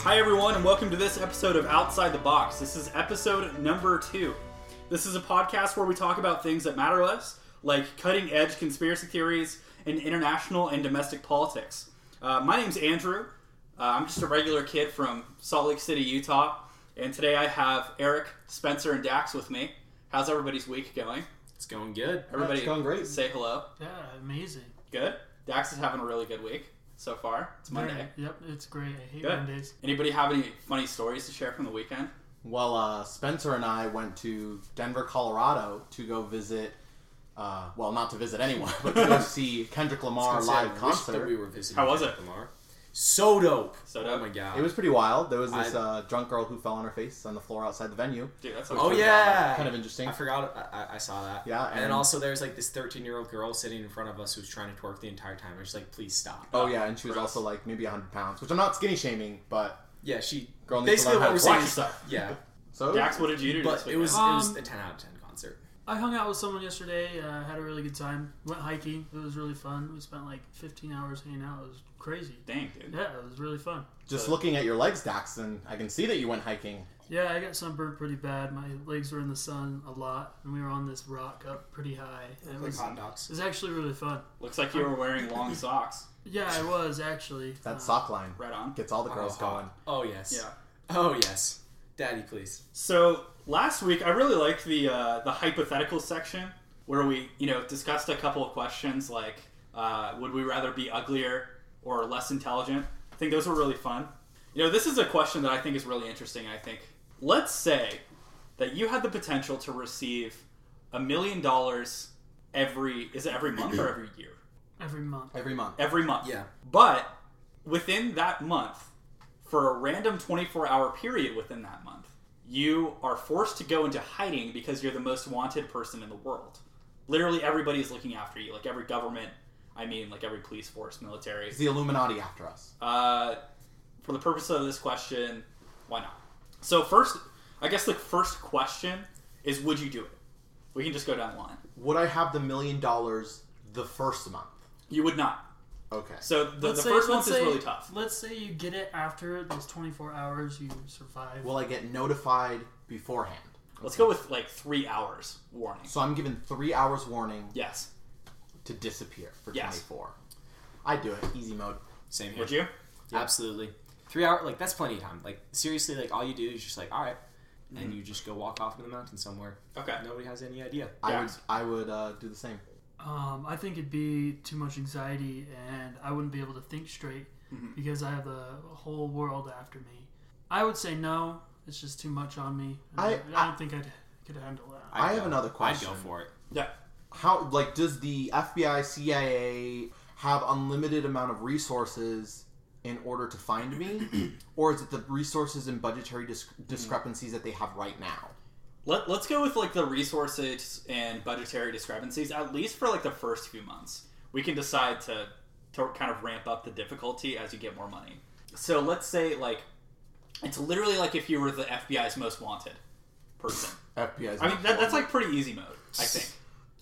Hi, everyone, and welcome to this episode of Outside the Box. This is episode number two. This is a podcast where we talk about things that matter less, like cutting edge conspiracy theories and international and domestic politics. Uh, my name's Andrew. Uh, I'm just a regular kid from Salt Lake City, Utah. And today I have Eric, Spencer, and Dax with me. How's everybody's week going? It's going good. Everybody, going great. say hello. Yeah, amazing. Good. Dax is having a really good week so far. It's Monday. Very- Yep, it's great. I hate Good. Mondays. Anybody have any funny stories to share from the weekend? Well, uh, Spencer and I went to Denver, Colorado to go visit. Uh, well, not to visit anyone, but to go see Kendrick Lamar Gonna say, I live wish concert. that we were visiting. How was it? Lamar. So dope. So Oh dope. my god. It was pretty wild. There was this I- uh, drunk girl who fell on her face on the floor outside the venue. Dude, that's Oh awesome. yeah. Kind of interesting. I forgot. I- I, I saw that. Yeah, And, then and- also there's like this 13 year old girl sitting in front of us who's trying to twerk the entire time. I was just like, please stop. Oh yeah, and she was Gross. also like maybe 100 pounds, which I'm not skinny shaming, but Yeah, she. Girl needs to basically learn how what we're to saying. Watch is- yourself. Yeah. so Dax, what did you do? this Oh. But it weekend? was it Um, was a 10 out of 10 concert. um, I hung out with someone yesterday. Uh, had a really good time. Went hiking. It was really fun. We spent like 15 hours hanging out. It was crazy. dang, dude. Yeah, it was really fun. just looking at your legs, Dax, and I can see that you went hiking. Yeah, I got sunburned pretty bad. My legs were in the sun a lot, and we were on this rock up pretty high. And it Like was, it hot dogs. was actually really fun. Looks like you were wearing long socks. Yeah, I was actually. That Uh, sock line Right on. gets all the girls Oh, going. hot. Oh yes. Yeah. Oh yes. Daddy, please. So last week, I really liked the uh, the hypothetical section where we you know discussed a couple of questions like uh, would we rather be uglier or less intelligent. I think those were really fun. You know, this is a question that I think is really interesting. I think let's say that you had the potential to receive a million dollars every is it every month or every year? Every month. Every month. Every month. Yeah. But within that month, for a random 24 hour period within that month, you are forced to go into hiding because you're the most wanted person in the world. Literally everybody is looking after you, like every government, I mean, like every police force, military. It's the Illuminati after us. Uh, for the purpose of this question, why not? So, first, I guess the first question is would you do it? We can just go down the line. Would I have the million dollars the first month? You would not. Okay. So, the, the Let's say- first month let's is say- really tough. Let's say you get it after those 24 hours. You survive. Will I get notified beforehand? Let's go with like three hours warning. So I'm given three hours warning Yes. to disappear for Yes. 24. I do it. Easy mode. Same here. Would you? Absolutely. Three hour like that's plenty of time. Like seriously, like all you do is just like all right, Mm-hmm. and you just go walk off in the mountain somewhere. Okay. Nobody has any idea. I Yeah. would, I would uh, do the same. Um, I think it'd be too much anxiety, and I wouldn't be able to think straight Mm-hmm. because I have the whole world after me. I would say no. It's just too much on me. and I- I, don't I- think I'd could handle that. I I'd have go- another question. I'd go for it. Yeah. How, like, does the FBI, CIA have unlimited amount of resources in order to find me? or is it the resources and budgetary dis- Mm-hmm. discrepancies that they have right now? Let, let's go with like the resources and budgetary discrepancies at least for like the first few months. We can decide to to kind of ramp up the difficulty as you get more money. So let's say like it's literally like if you were the FBI's most wanted person. FBI's. I mean that, that's like pretty easy mode, I think.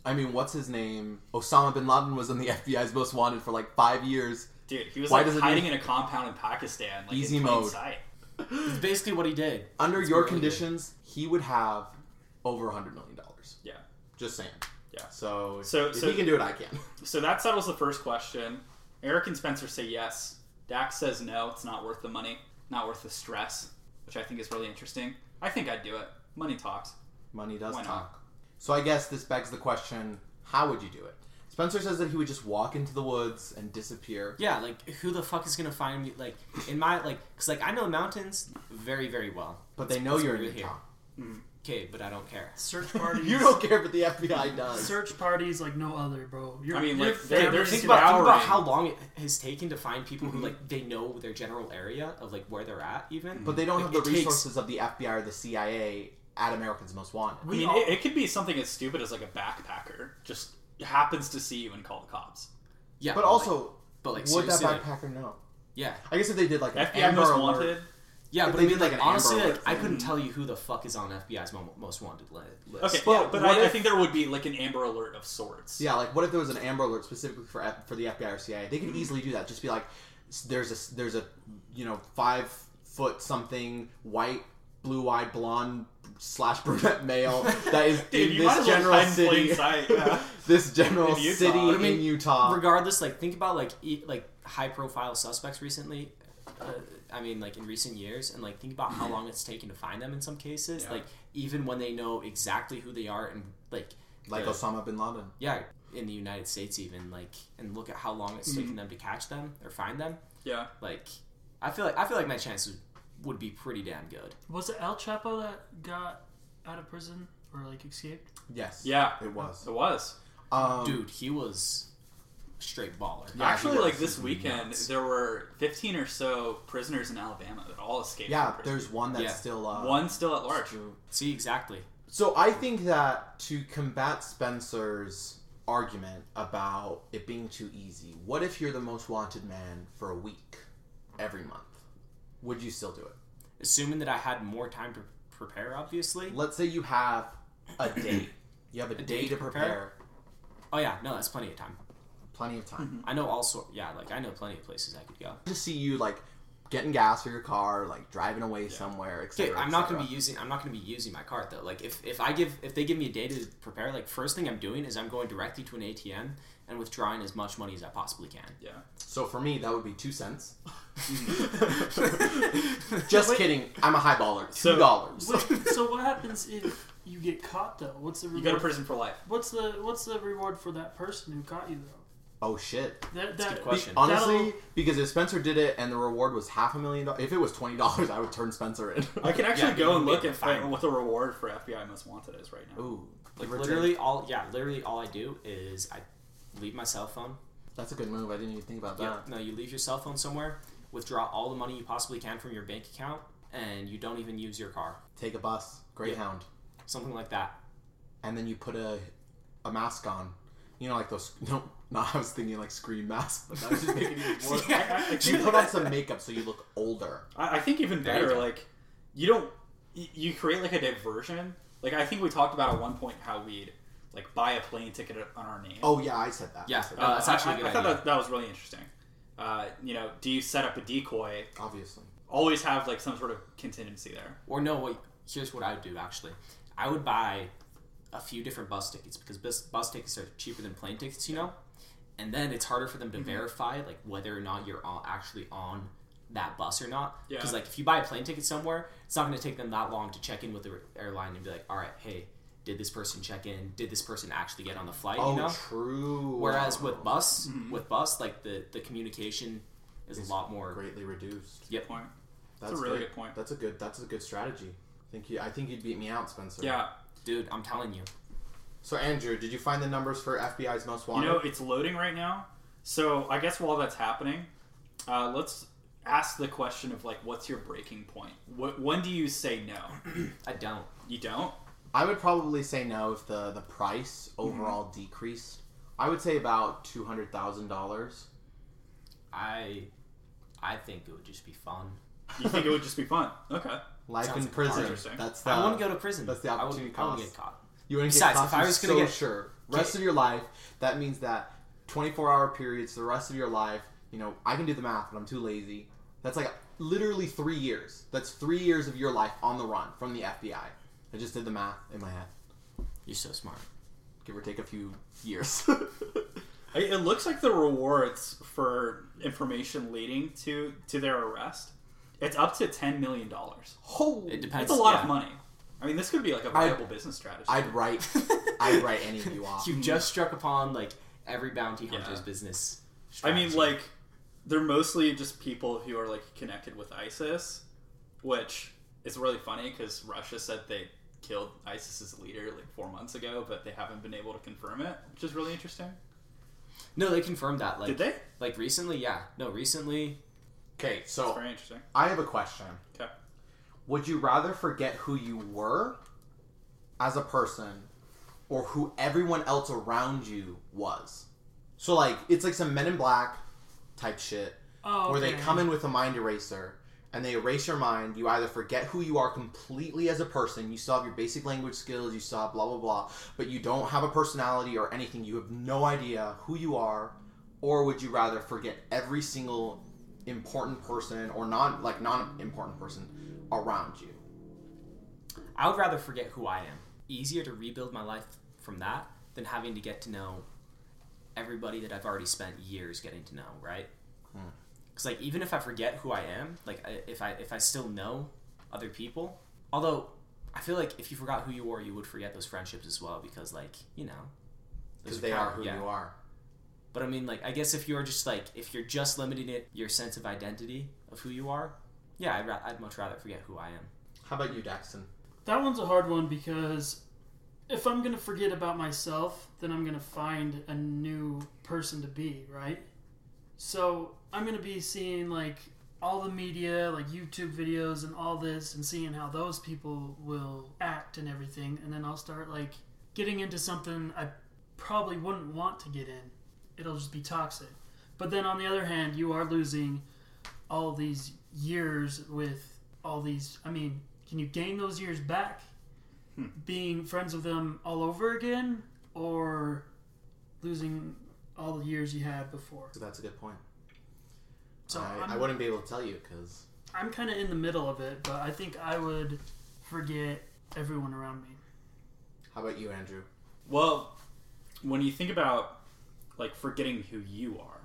I mean, what's his name? Osama bin Laden was in the FBI's most wanted for like five years. Dude, he was Why like does it hiding need- in a compound in Pakistan, like Easy in plain mode. sight. It's basically what he did. Under It's your really good. conditions, he would have over a hundred million dollars. Yeah. Just saying. Yeah. So, So- if so- he can do it, I can. So that settles the first question. Eric and Spencer say yes. Dax says no, it's not worth the money, not worth the stress, which I think is really interesting. I think I'd do it. Money talks. Money does Why not? talk. So I guess this begs the question: How would you do it? Spencer says that he would just walk into the woods and disappear. Yeah, like who the fuck is gonna find me? Like in my like, cause like I know mountains very very well, But they know It's you're in really Utah. Okay, but I don't care. Search parties. You don't care, but the FBI does. Search parties like no other, bro. Your- I mean, your like, they- they're family's Think It's about, think about devouring. how long it has taken to find people Mm-hmm. who like they know their general area of like where they're at even. But they don't Like, have the it takes- resources of the FBI or the CIA at Americans Most Wanted. I We mean, all- it, it could be something as stupid as like a backpacker just happens to see you and call the cops. Yeah, But like- also, but like would that seriously, like, backpacker know? yeah, I guess if they did like an FBI Amber most Alert- wanted. Yeah, If but they I mean, did, like, like, an Amber honestly, like, Alert I couldn't tell you who the fuck is on FBI's mo- most wanted li- list. Okay, But yeah, but what I, I if- think there would be like an Amber Alert of sorts. Yeah, like what if there was an Amber Alert specifically for Mm-hmm. F- for the FBI or CIA? They could easily do that. Just be like, s- there's a s- there's a you know five foot something white, blue eyed, blonde slash brunette male that is Dude, in you might this as well general hide in plain city. sight, yeah. this general In Utah. city I mean, in Utah. Regardless, like think about like e- like high profile suspects recently. Uh, I mean, like in recent years, and like think about how long it's taken to find them in some cases. Yeah. Like even when they know exactly who they are, and like like the- Osama bin Laden. yeah, in the United States, even like and look at how long it's taken them to catch them or find them. Yeah. Like I feel like I feel like my chances would be pretty damn good. Was it El Chapo that got out of prison or like escaped? Yes. Yeah. It was. It was. Um, Dude, he was a straight baller. Yeah, he Actually, was. like this weekend, nuts. there were 15 or so prisoners in Alabama that all escaped. Yeah, from prison. there's one that's Yeah. still uh, one still at large. See exactly. So I think that to combat Spencer's argument about it being too easy, what if you're the most wanted man for a week every month? Would you still do it? Assuming that I had more time to prepare, obviously. Let's say you have a day. You have a, day day, to to prepare. prepare? Oh yeah, no, that's plenty of time. Plenty of time. I know all sort. Yeah, like I know plenty of places I could go. I just see you like getting gas for your car, like driving away somewhere, etc. Okay, I'm not gonna be using. I'm not gonna be using my card though. Like if if I give if they give me a day to prepare, like first thing I'm doing is I'm going directly to an ATM and withdrawing as much money as I possibly can. Yeah. So for me, that would be two cents. Just kidding. I'm a highballer. So- Two dollars. Wait, so what happens if you get caught though? What's the You reward? go to prison for life. What's the what's the reward for that person who caught you though? oh shit. a That, that good question. Honestly, That'll- because if Spencer did it and the reward was half a million dollars, if it was twenty dollars, I would turn Spencer in. I can actually Yeah, you go and can look make at it fine. what the reward for FBI Most Wanted is right now. Ooh, Like Richard, literally all yeah, literally all I do is I leave my cell phone. that's a good move. I didn't even think about that. Yeah. No, you leave your cell phone somewhere, withdraw all the money you possibly can from your bank account, and you don't even use your car. Take a bus, Greyhound, Something like that. and then you put a a mask on. You know, like those. No, no, I was thinking like screen mask, but that was just making it more. Yeah. You put on some makeup so you look older. I, I think even There you better, go. like you don't y- you create like a diversion. Like I think we talked about at one point how we'd like buy a plane ticket on our name. Oh yeah, I said that. Yeah. I said that, Uh, that's actually I, a good I thought idea. that, that was really interesting. Uh, you know, do you set up a decoy? obviously. Always have like some sort of contingency there. Or no, wait, here's what I would do actually. I would buy a few different bus tickets because bus, bus tickets are cheaper than plane tickets, you know? And then it's harder for them to Mm-hmm. verify like whether or not you're on, actually on that bus or not. Because Yeah. like if you buy a plane ticket somewhere, it's not going to take them that long to check in with the airline and be like, all right, hey, did this person check in? Did this person actually get on the flight? Oh, you know? true. Whereas with bus, with bus, like the, the communication is It's a lot more. greatly reduced. Yep. Point. That's a really good point. That's a good. That's a good strategy. Thank you. I think you'd beat me out, Spencer. Yeah, Dude, I'm telling you. So Andrew, did you find the numbers for FBI's most you wanted? know it's loading right now. So I guess while that's happening, uh, let's ask the question of like, what's your breaking point? What, when do you say no? I don't. You don't. I would probably say no if the the price Mm-hmm. overall decreased. I would say about two hundred thousand dollars. I I think it would just be fun. You think it would just be fun? Okay. Life Sounds in prison. interesting. That's the, I wouldn't go to prison. that's the I opportunity wouldn't, I wouldn't cost. get caught. You wouldn't Besides, get if I caught, was you're gonna so get- sure. Rest of your life. That means that twenty four hour periods. The rest of your life. You know, I can do the math, but I'm too lazy. That's like literally three years. That's three years of your life on the run from the FBI. I just did the math in my head, You're so smart. give or take a few years. I- It looks like the rewards for information leading to to their arrest. It's up to ten million dollars. oh, It depends. That's a lot yeah. of money. I mean, this could be like a I- viable business strategy. I'd write. I'd write any of you off. You just struck upon like every bounty hunter's Yeah. business. I mean, strategy. like they're mostly just people who are like connected with ISIS, which is really funny because Russia said they killed ISIS's leader like four months ago, but they haven't been able to confirm it, which is really interesting. no, they confirmed that. Like, Did they? Like recently, yeah. No, recently. Okay, It's so very interesting. I have a question. Okay. Would you rather forget who you were as a person or who everyone else around you was? So, like, it's like some Men in Black type shit Oh, where they okay. come in with a mind eraser and they erase your mind. You either forget who you are completely as a person, you still have your basic language skills, you still have blah, blah, blah, but you don't have a personality or anything. You have no idea who you are. Or would you rather forget every single important person or non like non important person around you. I would rather forget who I am. Easier to rebuild my life from that than having to get to know everybody that I've already spent years getting to know, right? Hmm. Because like even if I forget who I am, like I- if I if I still know other people, although I feel like if you forgot who you were, you would forget those friendships as well because like you know Because those they power- are who yeah. you are. But I mean, like, I guess if you're just like, if you're just limiting it your sense of identity of who you are, yeah, I'd, ra- I'd much rather forget who I am. How about you, Daxton? That one's a hard one because if I'm going to forget about myself, then I'm going to find a new person to be, right? So I'm going to be seeing like all the media, like YouTube videos and all this, and seeing how those people will act and everything. And then I'll start like getting into something I probably wouldn't want to get in. It'll just be toxic. But then on the other hand, you are losing all these years with all these. I mean, can you gain those years back being friends with them all over again or losing all the years you had before? So that's a good point. So I'm- I, I wouldn't be able to tell you because I'm kind of in the middle of it, but I think I would forget everyone around me. how about you, Andrew? Well, when you think about like forgetting who you are,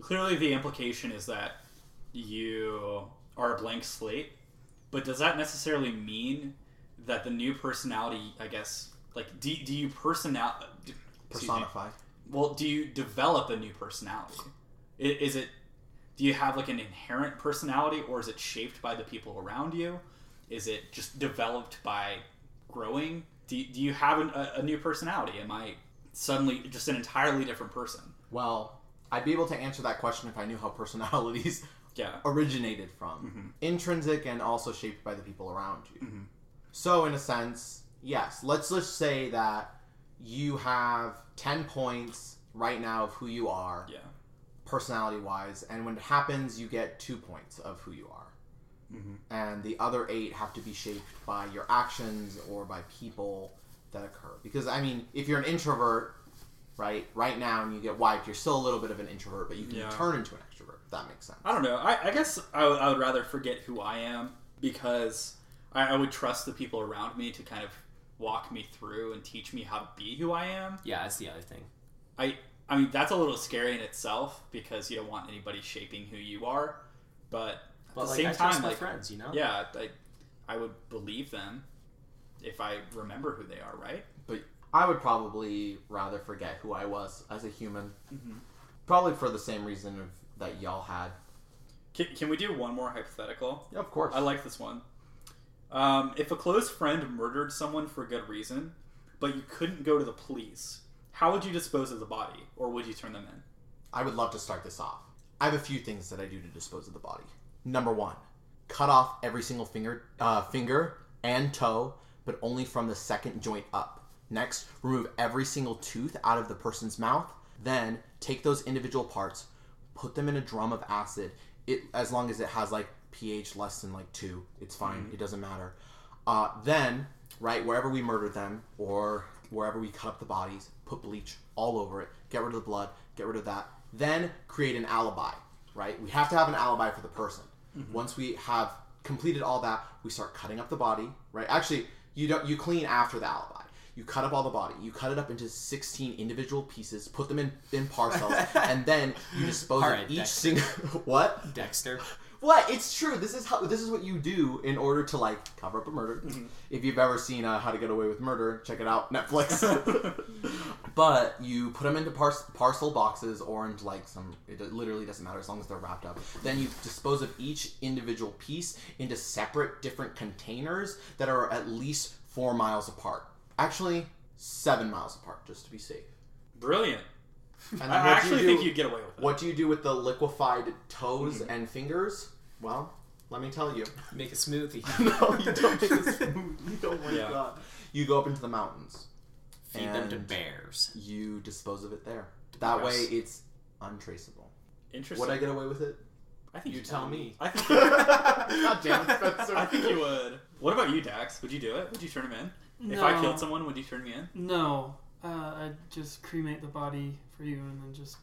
clearly the implication is that you are a blank slate. But does that necessarily mean that the new personality, I guess, like do, do you personal d- excuse me. Personify. Well, do you develop a new personality? I- Is it do you have like an inherent personality or is it shaped by the people around you? Is it just developed by growing? Do you, do you have an, a, a new personality? Am I suddenly just an entirely different person? Well, I'd be able to answer that question if I knew how personalities Yeah. Mm-hmm. originated from intrinsic and also shaped by the people around you so in a sense yes let's just say that you have 10 points right now of who you are Yeah. personality wise and when it happens you get two points of who you are Mm-hmm. and the other eight have to be shaped by your actions or by people that occur because i mean if you're an introvert right right now and you get wiped you're still a little bit of an introvert but you can Yeah. turn into an extrovert if that makes sense I don't know. I, I guess I, w- I would rather forget who I am because I, I would trust the people around me to kind of walk me through and teach me how to be who I am. Yeah, that's the other thing. I I mean that's a little scary in itself because you don't want anybody shaping who you are, but at But the like, same I trust time, my like friends, you know. Oh. yeah, I I would believe them if I remember who they are, right? but I would probably rather forget who I was as a human. Probably for the same reason of, that y'all had. Can, can we do one more hypothetical? Yeah, of course. I like this one. Um, if a close friend murdered someone for good reason, but you couldn't go to the police, how would you dispose of the body, or would you turn them in? I would love to start this off. I have a few things that I do to dispose of the body. Number one, cut off every single finger, uh, finger and toe, but only from the second joint up. Next, remove every single tooth out of the person's mouth. Then take those individual parts, put them in a drum of acid. It as long as it has like pH less than like two, it's fine. Mm-hmm. It doesn't matter. Uh, then, right wherever we murder them or wherever we cut up the bodies, put bleach all over it, get rid of the blood, get rid of that. Then create an alibi, right? We have to have an alibi for the person. Once we have completed all that, we start cutting up the body, right? Actually, you don't you clean after the alibi. You cut up all the body. You cut it up into 16 individual pieces, put them in, in parcels, and then you dispose All of right, each Dexter. single what? Dexter. What? It's true. This is how. This is what you do in order to like cover up a murder. If you've ever seen uh, How to Get Away with Murder, check it out Netflix. but you put them into par- parcel boxes or into like some. It literally doesn't matter as long as they're wrapped up. Then you dispose of each individual piece into separate, different containers that are at least four miles apart. Actually, seven miles apart, just to be safe. Brilliant. And then I what do actually you do- think you'd get away with it. What do you do with the liquefied toes and fingers? Well, let me tell you. Make a smoothie. no, you don't make a smoothie. Oh my Yeah. god. You go up into the mountains. Feed them to And- bears. You dispose of it there. That Gross. way, it's untraceable. Interesting. Would I get away with it? I think you would. tell me. I think, god damn it, Spencer. I think you would. What about you, Dax? Would you do it? Would you turn him in? If I No. killed someone, would you turn me in? No, uh, I'd just cremate the body for you and then just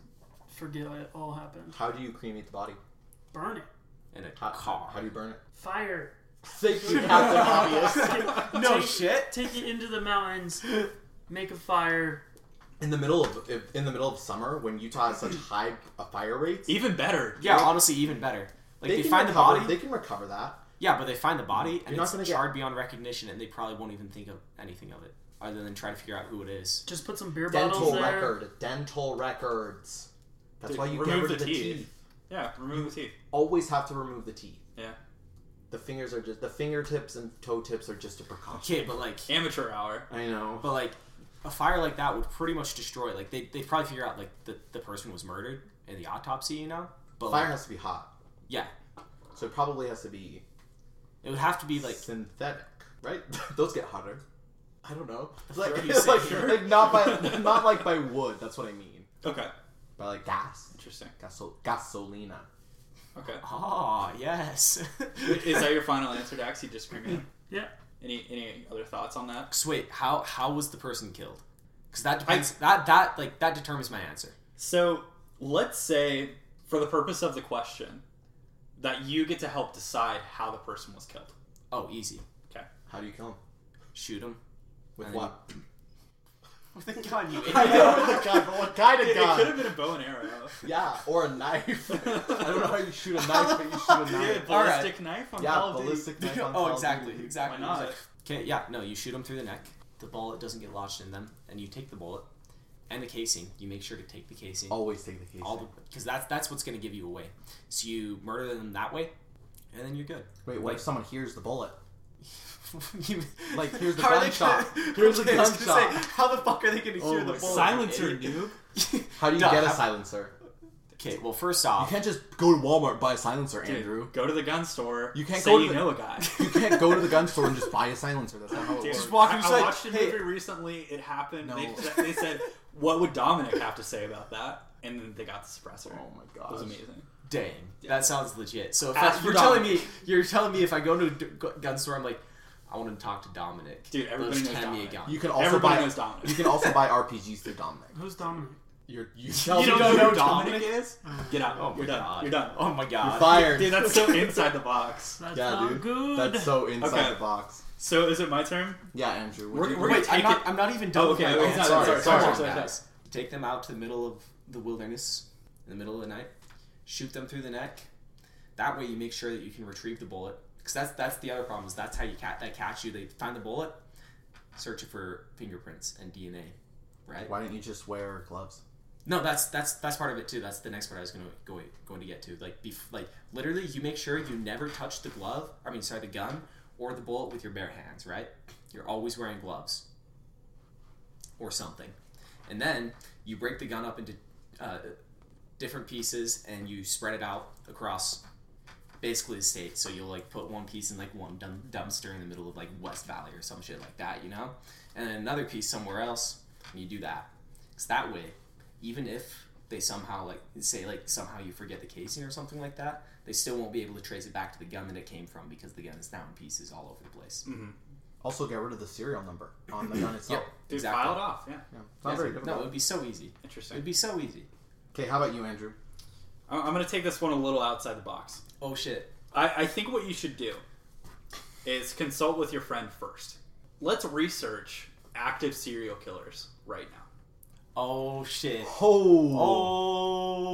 forget it all happened. How do you cremate the body? burn it. and a How, car. how do you burn it? Fire. Thank you, Captain Obvious. no Take- shit. Take it into the mountains. Make a fire. In the middle of if- in the middle of summer, when Utah has such high uh, fire rates, Even better. Yeah, honestly, even better. Like they, can find the recover, body. They can recover that. Yeah, but they find the body and You're not it's gonna get- charred beyond recognition, and they probably won't even think of anything of it other than try to figure out who it is. Just put some beer Dental bottles there. record. Dental records. That's Dude, why you get remove rid the of the teeth. teeth. Yeah, remove the teeth. Always have to remove the teeth. Yeah. The fingers are just the fingertips and toe tips are just a precaution. Okay, but like, Amateur hour. I know. but like, a fire like that would pretty much destroy. Like, they they probably figure out like the the person was murdered in the autopsy, you know. But Fire like, has to be hot, yeah, so it probably has to be it would have to be like synthetic, right? Those get hotter. I don't know. Like, fuck you say, like, sure. like not by not like by wood. That's what I mean. Okay. By like gas, Interesting. Gasol- gasolina. Okay. ah yes. Is that your final answer, Dax? You just screaming. out? Yeah. Any any other thoughts on that? So wait, how how was the person killed? Because that depends. that that like that determines my answer. So let's say, for the purpose of the question, that you get to help decide how the person was killed. Oh, easy. How do you kill him? Shoot him With I what? with a gun. You I idiot. know with a gun, but what kind of It, could gun? have been a bow and arrow. Yeah, or a knife. I don't know how you shoot a knife, but you shoot a Yeah, knife. All right. ballistic knife on Yeah, Call of Duty. ballistic knife on Call oh, of exactly, Duty. exactly. Why not? Okay, yeah, no, you shoot them through the neck. The bullet doesn't get lodged in them, and you take the bullet and the casing. You make sure to take the casing, Always take the case. all because that's that's what's going to give you away. So you murder them that way, and then you're good. Wait, what if someone hears the bullet? You- Like, here's the How are they gunshot. gonna- Here's the Okay, I was gonna gunshot. say, how the fuck are they going to Oh, hear the my bullet? Silencer, Idiot. noob. How do you Duh, get a how- silencer? Okay, well, first You off, can't just go to Walmart and buy a silencer, Dude, Andrew. go to the gun store. You can't say go to you the- know a guy. You can't go to the gun store and just buy a silencer. That's not how it Dude, works. walk I, and I say, watched a "Hey." movie recently. It happened. No. They, said- they said, "What would Dominic have to say about that?" And then they got the suppressor. Oh my It was god. amazing. dang, that sounds legit. So if Ah, Ask I, for you're telling me, Dominic. you're telling me if I go to a d- gu- gun store, I'm like, I want to talk to Dominic. Dude, everybody Just knows hand me a Dominic. gun. You can also Everybody buy knows Dominic. you can also buy RPGs through Dominic. Who's Dominic? You're you, You don't me know who who Dominic, Dominic is? Get out. Oh my You're done. god. You're done. Oh my god. You're fired. Dude, that's so inside the box. That's yeah, not dude. good. That's so inside Okay. the box. So is it my turn? Yeah, Andrew. would We're- you- we're Wait, I'm take not, it- I'm not even done Oh, with okay, my okay, answer. sorry, sorry, Come sorry, on, sorry, guys. Take them out to the middle of the wilderness in the middle of the night. Shoot them through the neck. That way you make sure that you can retrieve the bullet. Because that's that's the other problem is that's how you cat that catch you. They find the bullet, search it for fingerprints and DNA. Right? why don't you just wear gloves? No, that's that's that's part of it too. That's the next part I was gonna go going to get to. Like bef- like literally, you make sure you never touch the glove. I mean, sorry, the gun or the bullet with your bare hands. Right? You're always wearing gloves or something. And then you break the gun up into uh, different pieces and you spread it out across basically the state. So you'll like put one piece in like one dump- dumpster in the middle of like West Valley or some shit like that, you know, and then another piece somewhere else. And you do that. Cause that way, even if they somehow like say like somehow you forget the casing or something like that, they still won't be able to trace it back to the gun that it came from because the gun is now in pieces all over the place. Also get rid of the serial number on the gun itself. Dude, exactly. file it off. Yeah. Yeah, it's not Yeah, very no, it difficult. would be so easy. It would Interesting. be so easy. Okay, how about you, Andrew? I- I'm gonna take this one a little outside the box. Oh shit. I, I think what you should do is consult with your friend first. Let's research active serial killers right now. Oh shit. Oh,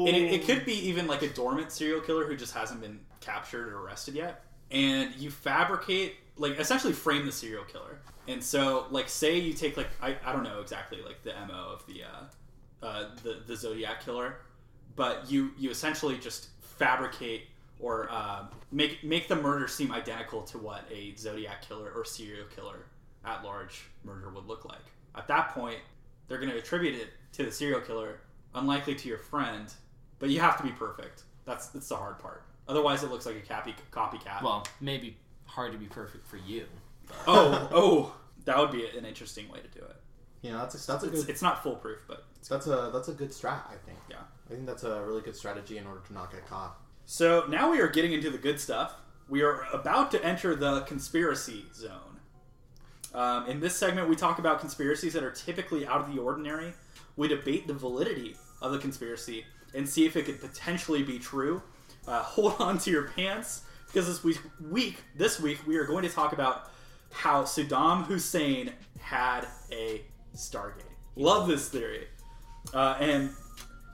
Oh. And it, it could be even like a dormant serial killer who just hasn't been captured or arrested yet. And you fabricate, like, essentially frame the serial killer. And so, like, say you take, like, I, I don't know exactly, like, the MO of the, uh, uh, the, the Zodiac killer, but you, you essentially just fabricate or uh, make, make the murder seem identical to what a Zodiac killer or serial killer at large murder would look like. At that point, they're going to attribute it to the serial killer, unlikely to your friend, but you have to be perfect. That's that's the hard part. Otherwise, it looks like a copy, copycat. Well, maybe hard to be perfect for you. oh, oh, that would be an interesting way to do it. you know that's a, that's a It's, good it's not foolproof, but that's a that's a good strat. I think. Yeah. I think that's a really good strategy in order to not get caught. so now we are getting into the good stuff. We are about to enter the conspiracy zone. Um, in this segment, we talk about conspiracies that are typically out of the ordinary. We debate the validity of the conspiracy and see if it could potentially be true, uh, hold on to your pants because this week, week, this week, we are going to talk about how Saddam Hussein had a Stargate. Love this theory, uh, and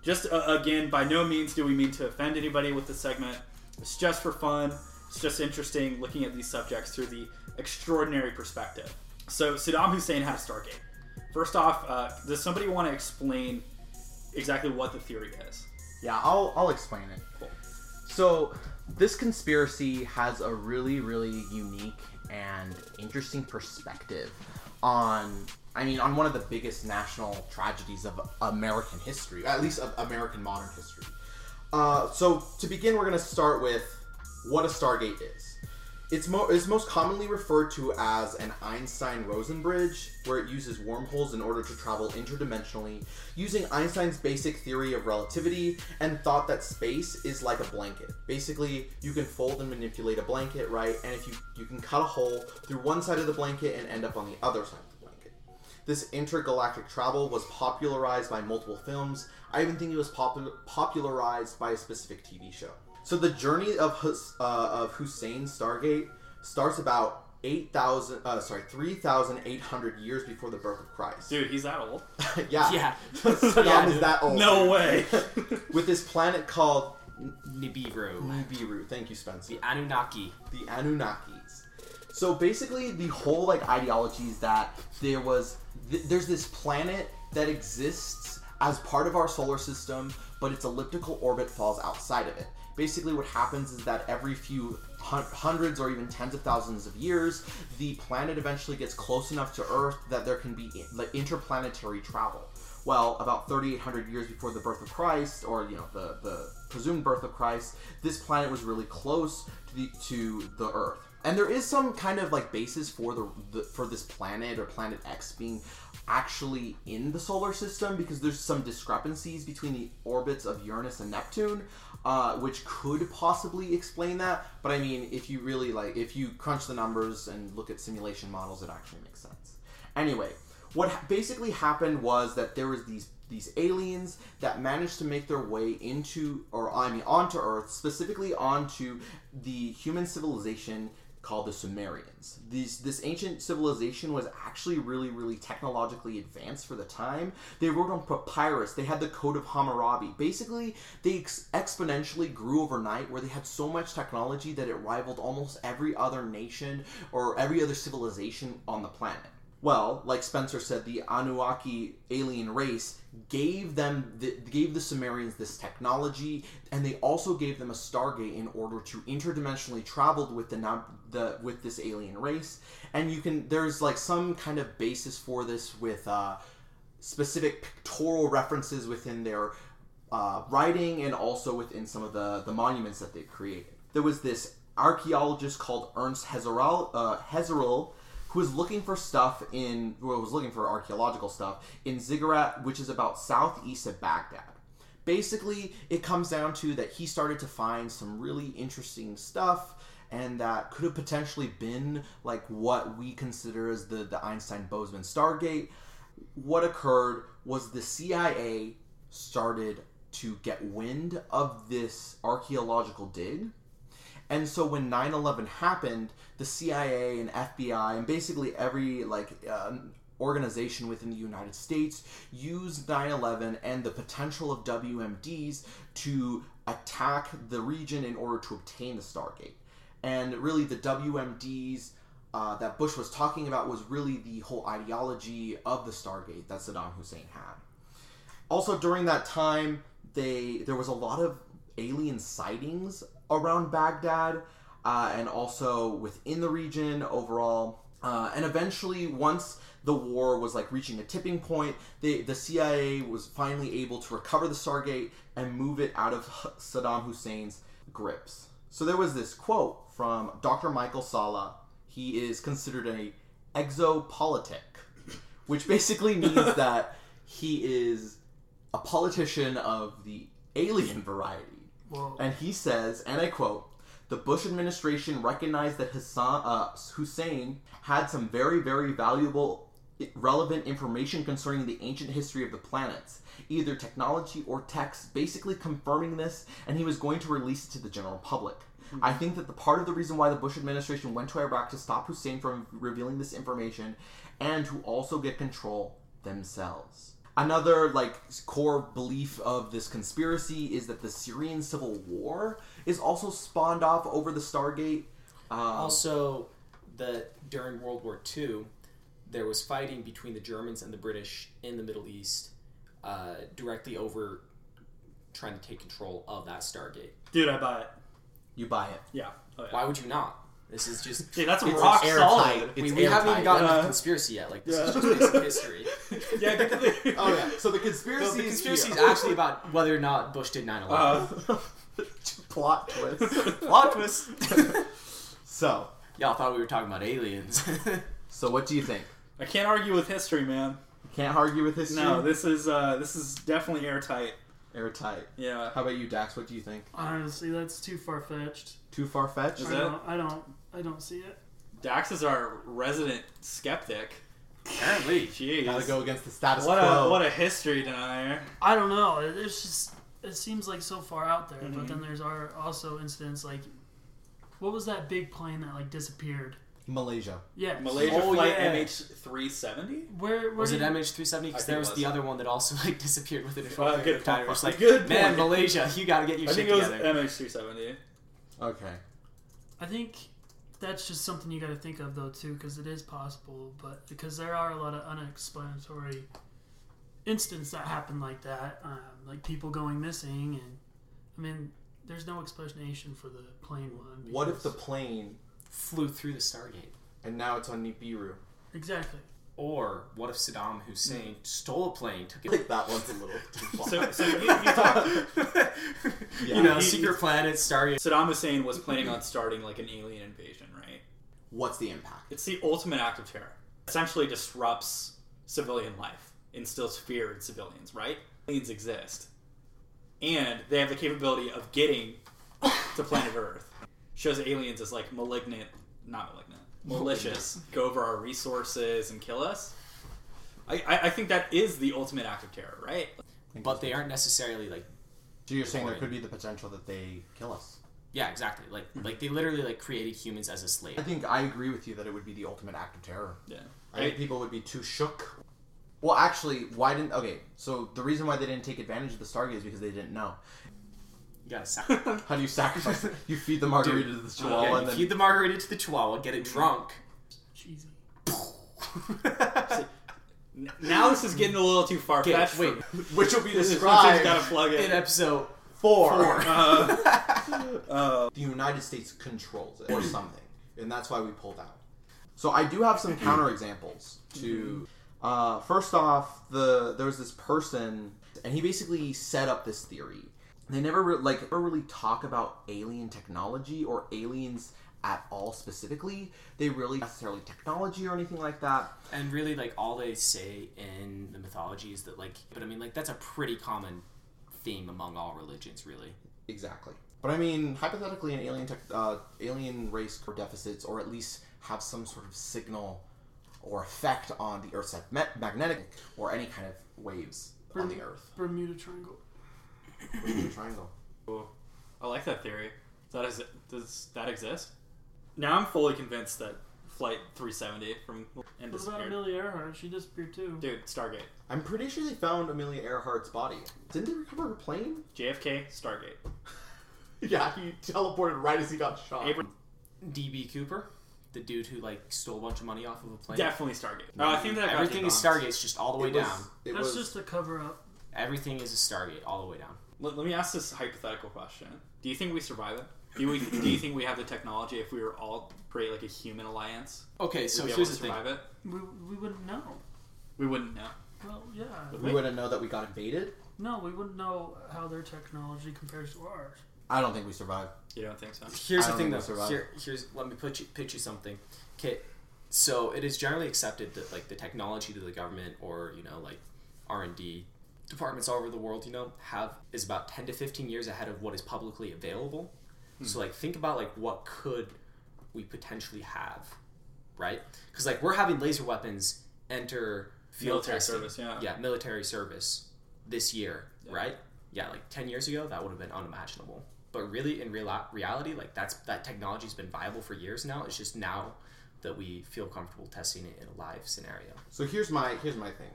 just uh, again, by no means do we mean to offend anybody with this segment. It's just for fun. It's just interesting looking at these subjects through the extraordinary perspective. So Saddam Hussein had a Stargate. First off, uh, does somebody want to explain exactly what the theory is? Yeah, I'll I'll explain it. Cool. So, this conspiracy has a really, really unique and interesting perspective on, I mean, on one of the biggest national tragedies of American history, at least of American modern history. Uh, so, to begin, we're going to start with what a Stargate is. It's, mo- it's most commonly referred to as an Einstein Rosen bridge, where it uses wormholes in order to travel interdimensionally, using Einstein's basic theory of relativity and thought that space is like a blanket. Basically, you can fold and manipulate a blanket, right? And if you, you can cut a hole through one side of the blanket and end up on the other side of the blanket. This intergalactic travel was popularized by multiple films. I even think it was popu- popularized by a specific TV show. So the journey of Hus- uh, of Hussein Stargate starts about eight thousand, uh, sorry, three thousand eight hundred years before the birth of Christ. Dude, he's that old? yeah, Yeah. Saddam Yeah, is dude. that old. No way. With this planet called Nibiru. Nibiru. Thank you, Spencer. The Anunnaki. the Anunnakis. So basically, the whole like ideology is that there was th- there's this planet that exists as part of our solar system, but its elliptical orbit falls outside of it. Basically, what happens is that every few hun- hundreds or even tens of thousands of years, the planet eventually gets close enough to Earth that there can be in- like, interplanetary travel. Well, about 3,800 years before the birth of Christ, or you know the the presumed birth of Christ, this planet was really close to the to the Earth. And there is some kind of like basis for the, the for this planet or planet X being actually in the solar system because there's some discrepancies between the orbits of Uranus and Neptune, uh, which could possibly explain that. But I mean, if you really like, if you crunch the numbers and look at simulation models, it actually makes sense. Anyway, what ha- basically happened was that there was these these aliens that managed to make their way into or I mean onto Earth, specifically onto the human civilization called the Sumerians. These this ancient civilization was actually really really technologically advanced for the time. They wrote on papyrus. They had the Code of Hammurabi. Basically, they ex- exponentially grew overnight where they had so much technology that it rivaled almost every other nation or every other civilization on the planet. Well, like Spencer said, the Anunnaki alien race gave them the, gave the Sumerians this technology, and they also gave them a Stargate in order to interdimensionally travel with the Nab- the with this alien race. And you can there's like some kind of basis for this with uh, specific pictorial references within their uh, writing and also within some of the, the monuments that they created. There was this archaeologist called Ernst Hezerel, uh, Hezerel who was looking for stuff in, well, was looking for archaeological stuff in Ziggurat, which is about southeast of Baghdad basically it comes down to that he started to find some really interesting stuff and that could have potentially been like what we consider as the, the einstein bozeman stargate what occurred was the cia started to get wind of this archaeological dig and so when 9/11 happened, the CIA and FBI and basically every like um, organization within the United States used 9/11 and the potential of WMDs to attack the region in order to obtain the Stargate. And really, the WMDs uh, that Bush was talking about was really the whole ideology of the Stargate that Saddam Hussein had also during that time they there was a lot of alien sightings around baghdad uh, and also within the region overall uh, and eventually once the war was like reaching a tipping point they, the cia was finally able to recover the stargate and move it out of saddam hussein's grips so there was this quote from dr michael sala he is considered a exopolitic which basically means that he is a politician of the alien variety. Whoa. And he says, and I quote, the Bush administration recognized that Hassan, uh, Hussein had some very, very valuable relevant information concerning the ancient history of the planets, either technology or text, basically confirming this, and he was going to release it to the general public. I think that the part of the reason why the Bush administration went to Iraq to stop Hussein from revealing this information and to also get control themselves. Another like core belief of this conspiracy is that the Syrian civil war is also spawned off over the Stargate. Um, Also, the during World War II, there was fighting between the Germans and the British in the Middle East, uh, directly over trying to take control of that Stargate. Dude, I buy it. you buy it. Yeah. Oh, yeah. Why would you not? This is just Dude, that's It's rock airtight. solid. It's we, we haven't even airtight. gotten to Uh, the conspiracy yet. Like this yeah. is just basic history. Yeah, get the- Oh yeah. So the The, conspiracy the is conspiracy is here. actually about whether or not Bush did 9-11. Uh, plot twist. Plot twist. So, Y'all thought we were talking about aliens. so what do you think? I can't argue with history, man. Can't argue with history. No, this is uh, this is definitely airtight. airtight. Yeah. How about you, Dax? What do you think? Honestly, that's too far fetched. Too far fetched? Is I it? don't, I don't. I don't see it. Dax is our resident skeptic. Apparently. Jeez. Gotta go against the status What quo. a what a history denier. I don't know. It- It's just it seems like so far out there, but then there's our also incidents like what was that big plane that like disappeared? Malaysia. Yeah, Malaysia Oh, flight yeah. MH370. Where, where Was it did- MH370? Because I there think was it the was. other one that also like disappeared within a Well, short period good of time. point. It's like, Good man, point. Malaysia, you gotta get your I shit think it was together. MH370. Okay. I think that's just something you got to think of though too, because it is possible, but because there are a lot of unexplanatory incidents that happen like that, um, like people going missing, and I mean, there's no explanation for the plane one. What if the because- plane Flew through the Stargate. and now it's on Nibiru? exactly? Or what if Saddam Hussein stole a plane, took I it? think that one's a little too far. So so you, you talk, Yeah. You know, You- secret planet, Stargate. Saddam Hussein was planning on starting like an alien invasion, right? What's the impact? It's the ultimate act of terror. Essentially disrupts civilian life, instills fear in civilians, right? Aliens exist. And they have the capability of getting to planet Earth. Shows aliens as like malignant, not malignant, malicious, go over our resources and kill us. I, I, I think that is the ultimate act of terror, right? But they aren't necessarily like So you're saying there could be the potential that they kill us? yeah, exactly. Like like they literally like created humans as a I slave. think I agree with you that it would be the ultimate act of terror. Yeah. I think people would be too shook. Well, actually, why didn't? Okay, so the reason why they didn't take advantage of the Stargate is because they didn't know. You gotta sacrifice. How do you sacrifice? you feed the margarita to the chihuahua, yeah, and you then feed the margarita to the chihuahua, get it drunk. Cheesy. N- now this is getting a little too far fetched. wait, which will be This is described Uh-huh. gotta plug in in. episode for four. the United States controls it or something, and that's why we pulled out. So I do have some counterexamples to. Uh, first off, the there was this person, and he basically set up this theory. They never re- like never really talk about alien technology or aliens at all specifically. They really necessarily technology or anything like that. and really, like all they say in the mythology is that, like, but I mean, like that's a pretty common theme among all religions, really. Exactly. But I mean, hypothetically, an alien tech, uh, alien race or deficits, or at least have some sort of signal or effect on the Earth's ma- magnetic or any kind of waves on the Earth. Bermuda Triangle. Bermuda Triangle. I like that theory. That is, does that exist? Now I'm fully convinced that Flight 370 from and What about disappeared. Amelia Earhart? She disappeared too. Dude, Stargate, I'm pretty sure they found Amelia Earhart's body. Didn't they recover her plane? JFK, Stargate. Yeah, he teleported right as he got shot. Abra- DB Cooper, the dude who like stole a bunch of money off of a plane. definitely Stargate. Oh, I think that got Everything is debunked. Stargate's just all the way Oh, It was- down. It That's was just a cover up. Everything is a Stargate all the way down. Let, let me ask this hypothetical question: Do you think we survive it? Do we? do you think we have the technology if we were all create like a human alliance? Okay, We'd so be able here's to the thing. survive it. We, we wouldn't know. We wouldn't know. Well, yeah. we wouldn't know that we got invaded. No, we wouldn't know how their technology compares to ours. I don't think we survived. You don't think so? Here's I the thing, don't think we'll though. survive. Here, here's let me put you, pitch you something. Okay, so it is generally accepted that like the technology that the government or you know like R and D departments all over the world you know have is about ten to fifteen years ahead of what is publicly available. Hmm. So like think about like what could we potentially have, right? Because like we're having laser weapons enter field military testing. service. Yeah. yeah, military service this year, Yeah. right? Yeah, like 10 years ago, that would have been unimaginable. But really, in real- reality, like that's that technology's been viable for years now. It's just now that we feel comfortable testing it in a live scenario. So here's my here's my thing.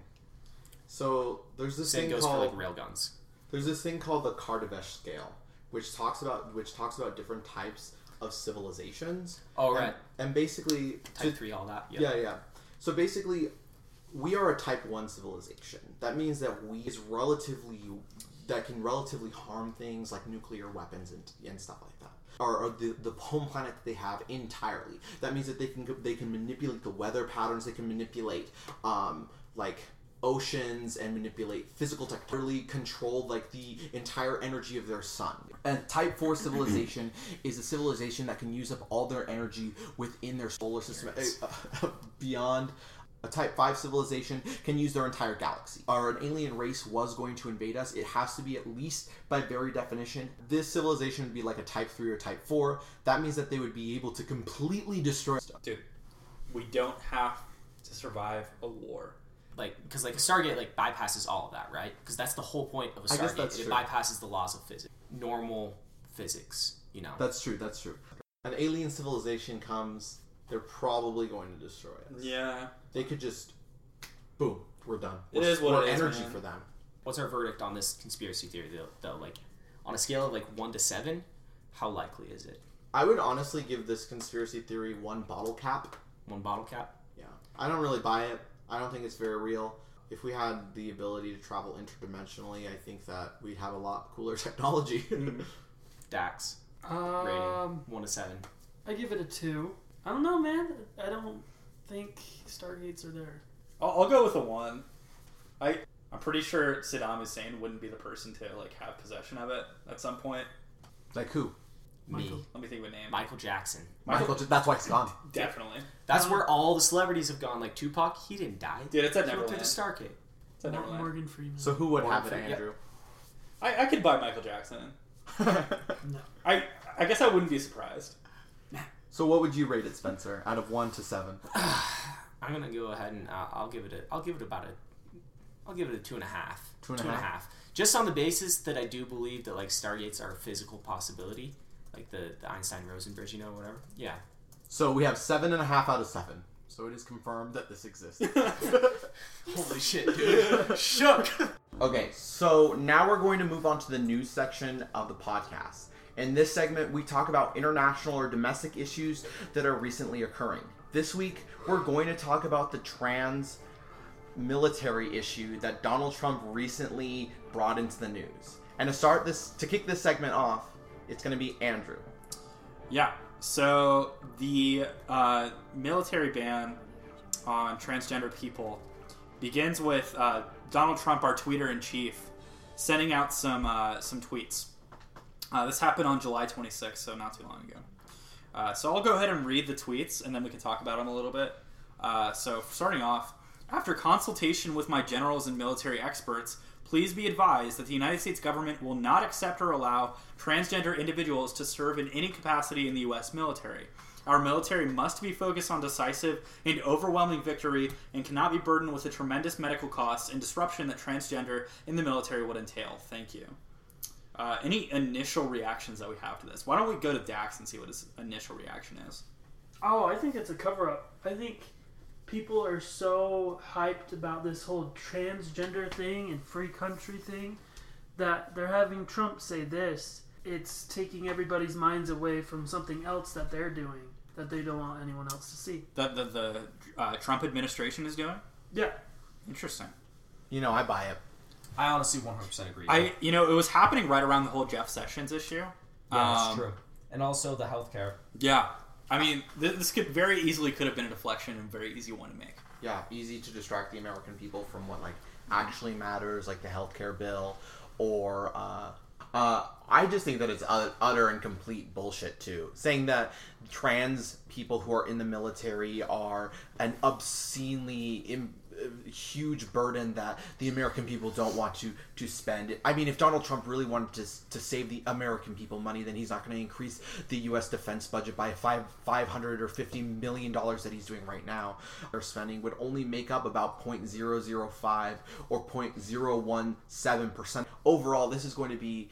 So there's this Same thing goes called for like railguns. there's this thing called the Kardavesh scale, which talks about which talks about different types of civilizations. All And- right, And basically, type three, all that. Yeah. Oh, yeah, yeah. So basically, we are a type one civilization. That means that we is relatively that can relatively harm things like nuclear weapons and, and stuff like that. Or, or the, the home planet that they have entirely. That means that they can they can manipulate the weather patterns. They can manipulate um, like oceans and manipulate physical technology control like the entire energy of their sun and type 4 civilization is a civilization that can use up all their energy within their solar system uh, beyond a type 5 civilization can use their entire galaxy or an alien race was going to invade us it has to be at least by very definition this civilization would be like a type 3 or type 4 that means that they would be able to completely destroy stuff Dude, we don't have to survive a war. Like, because like a Stargate like bypasses all of that, right? Because that's the whole point of a I guess Stargate. that's it true. bypasses the laws of physics, normal physics. You know. that's true that's true an alien civilization comes they're probably going to destroy us Yeah. they could just boom we're done It We're- is what we're it is, energy man. for them What's our verdict on this conspiracy theory though? Though, like, on a scale of like one to seven, how likely is it? I would honestly give this conspiracy theory one bottle cap. One bottle cap. Yeah. I don't really buy it. I don't think it's very real. If we had the ability to travel interdimensionally, I think that we'd have a lot cooler technology. Mm-hmm. Dax rating Um, one to seven. I give it a two. I don't know, man. I don't think Stargates are there. I'll, I'll go with a one. I I'm pretty sure Saddam Hussein wouldn't be the person to like have possession of it at some point. like who? Michael. Me, Let me think of a name. Michael Jackson. Michael. that's why it's gone. Definitely. That's Um, where all the celebrities have gone. Like Tupac, he didn't die. Dude, it's at he went through Neverland. the Stargate. It's at Not Neverland. Morgan Freeman. So who would Or have it, Fred- Andrew? I, I could buy Michael Jackson. no. I I guess I wouldn't be surprised. so what would you rate it, Spencer? Out of one to seven. I'm gonna go ahead and uh, I'll give it a. I'll give it about a. I'll give it a two and a half. Two and a Two and a half. Just on the basis that I do believe that like Stargates are a physical possibility, like the the Einstein Rosen bridge, you know, whatever. Yeah. So we have seven and a half out of seven. So it is confirmed that this exists. Holy shit, dude. Shook. Okay, so now we're going to move on to the news section of the podcast. In this segment, we talk about international or domestic issues that are recently occurring. This week, we're going to talk about the trans military issue that Donald Trump recently brought into the news. And to start this, to kick this segment off, it's going to be Andrew. Yeah. So the uh, military ban on transgender people begins with uh, Donald Trump, our tweeter in chief, sending out some uh, some tweets. Uh, this happened on July 26th, so not too long ago. Uh, so I'll go ahead and read the tweets, and then we can talk about them a little bit. Uh, so starting off, after consultation with my generals and military experts, please be advised that the United States government will not accept or allow transgender individuals to serve in any capacity in the U.S. military. Our military must be focused on decisive and overwhelming victory and cannot be burdened with the tremendous medical costs and disruption that transgender in the military would entail. Thank you. Uh, any initial reactions that we have to this? Why don't we go to Dax and see what his initial reaction is? Oh, I think it's a cover up. I think people are so hyped about this whole transgender thing and free country thing that they're having Trump say this. It's taking everybody's minds away from something else that they're doing that they don't want anyone else to see. That the, the uh, Trump administration is doing? Yeah. Interesting. You know, I buy it. I honestly 100% agree. I you know it was happening right around the whole Jeff Sessions issue. Yeah, that's Um, true. And also the healthcare. Yeah, I mean th- this could very easily could have been a deflection and very easy one to make. yeah, easy to distract the American people from what like actually matters, like the healthcare bill, or uh, uh, I just think that it's ut- utter and complete bullshit too. Saying that trans people who are in the military are an obscenely Im- uh, huge burden that the American people don't want to to spend. I mean, if Donald Trump really wanted to s- to save the American people money, then he's not going to increase the U.S. defense budget by five five hundred or fifty million dollars that he's doing right now. Our spending would only make up about 0.005 or 0.017 percent overall. This is going to be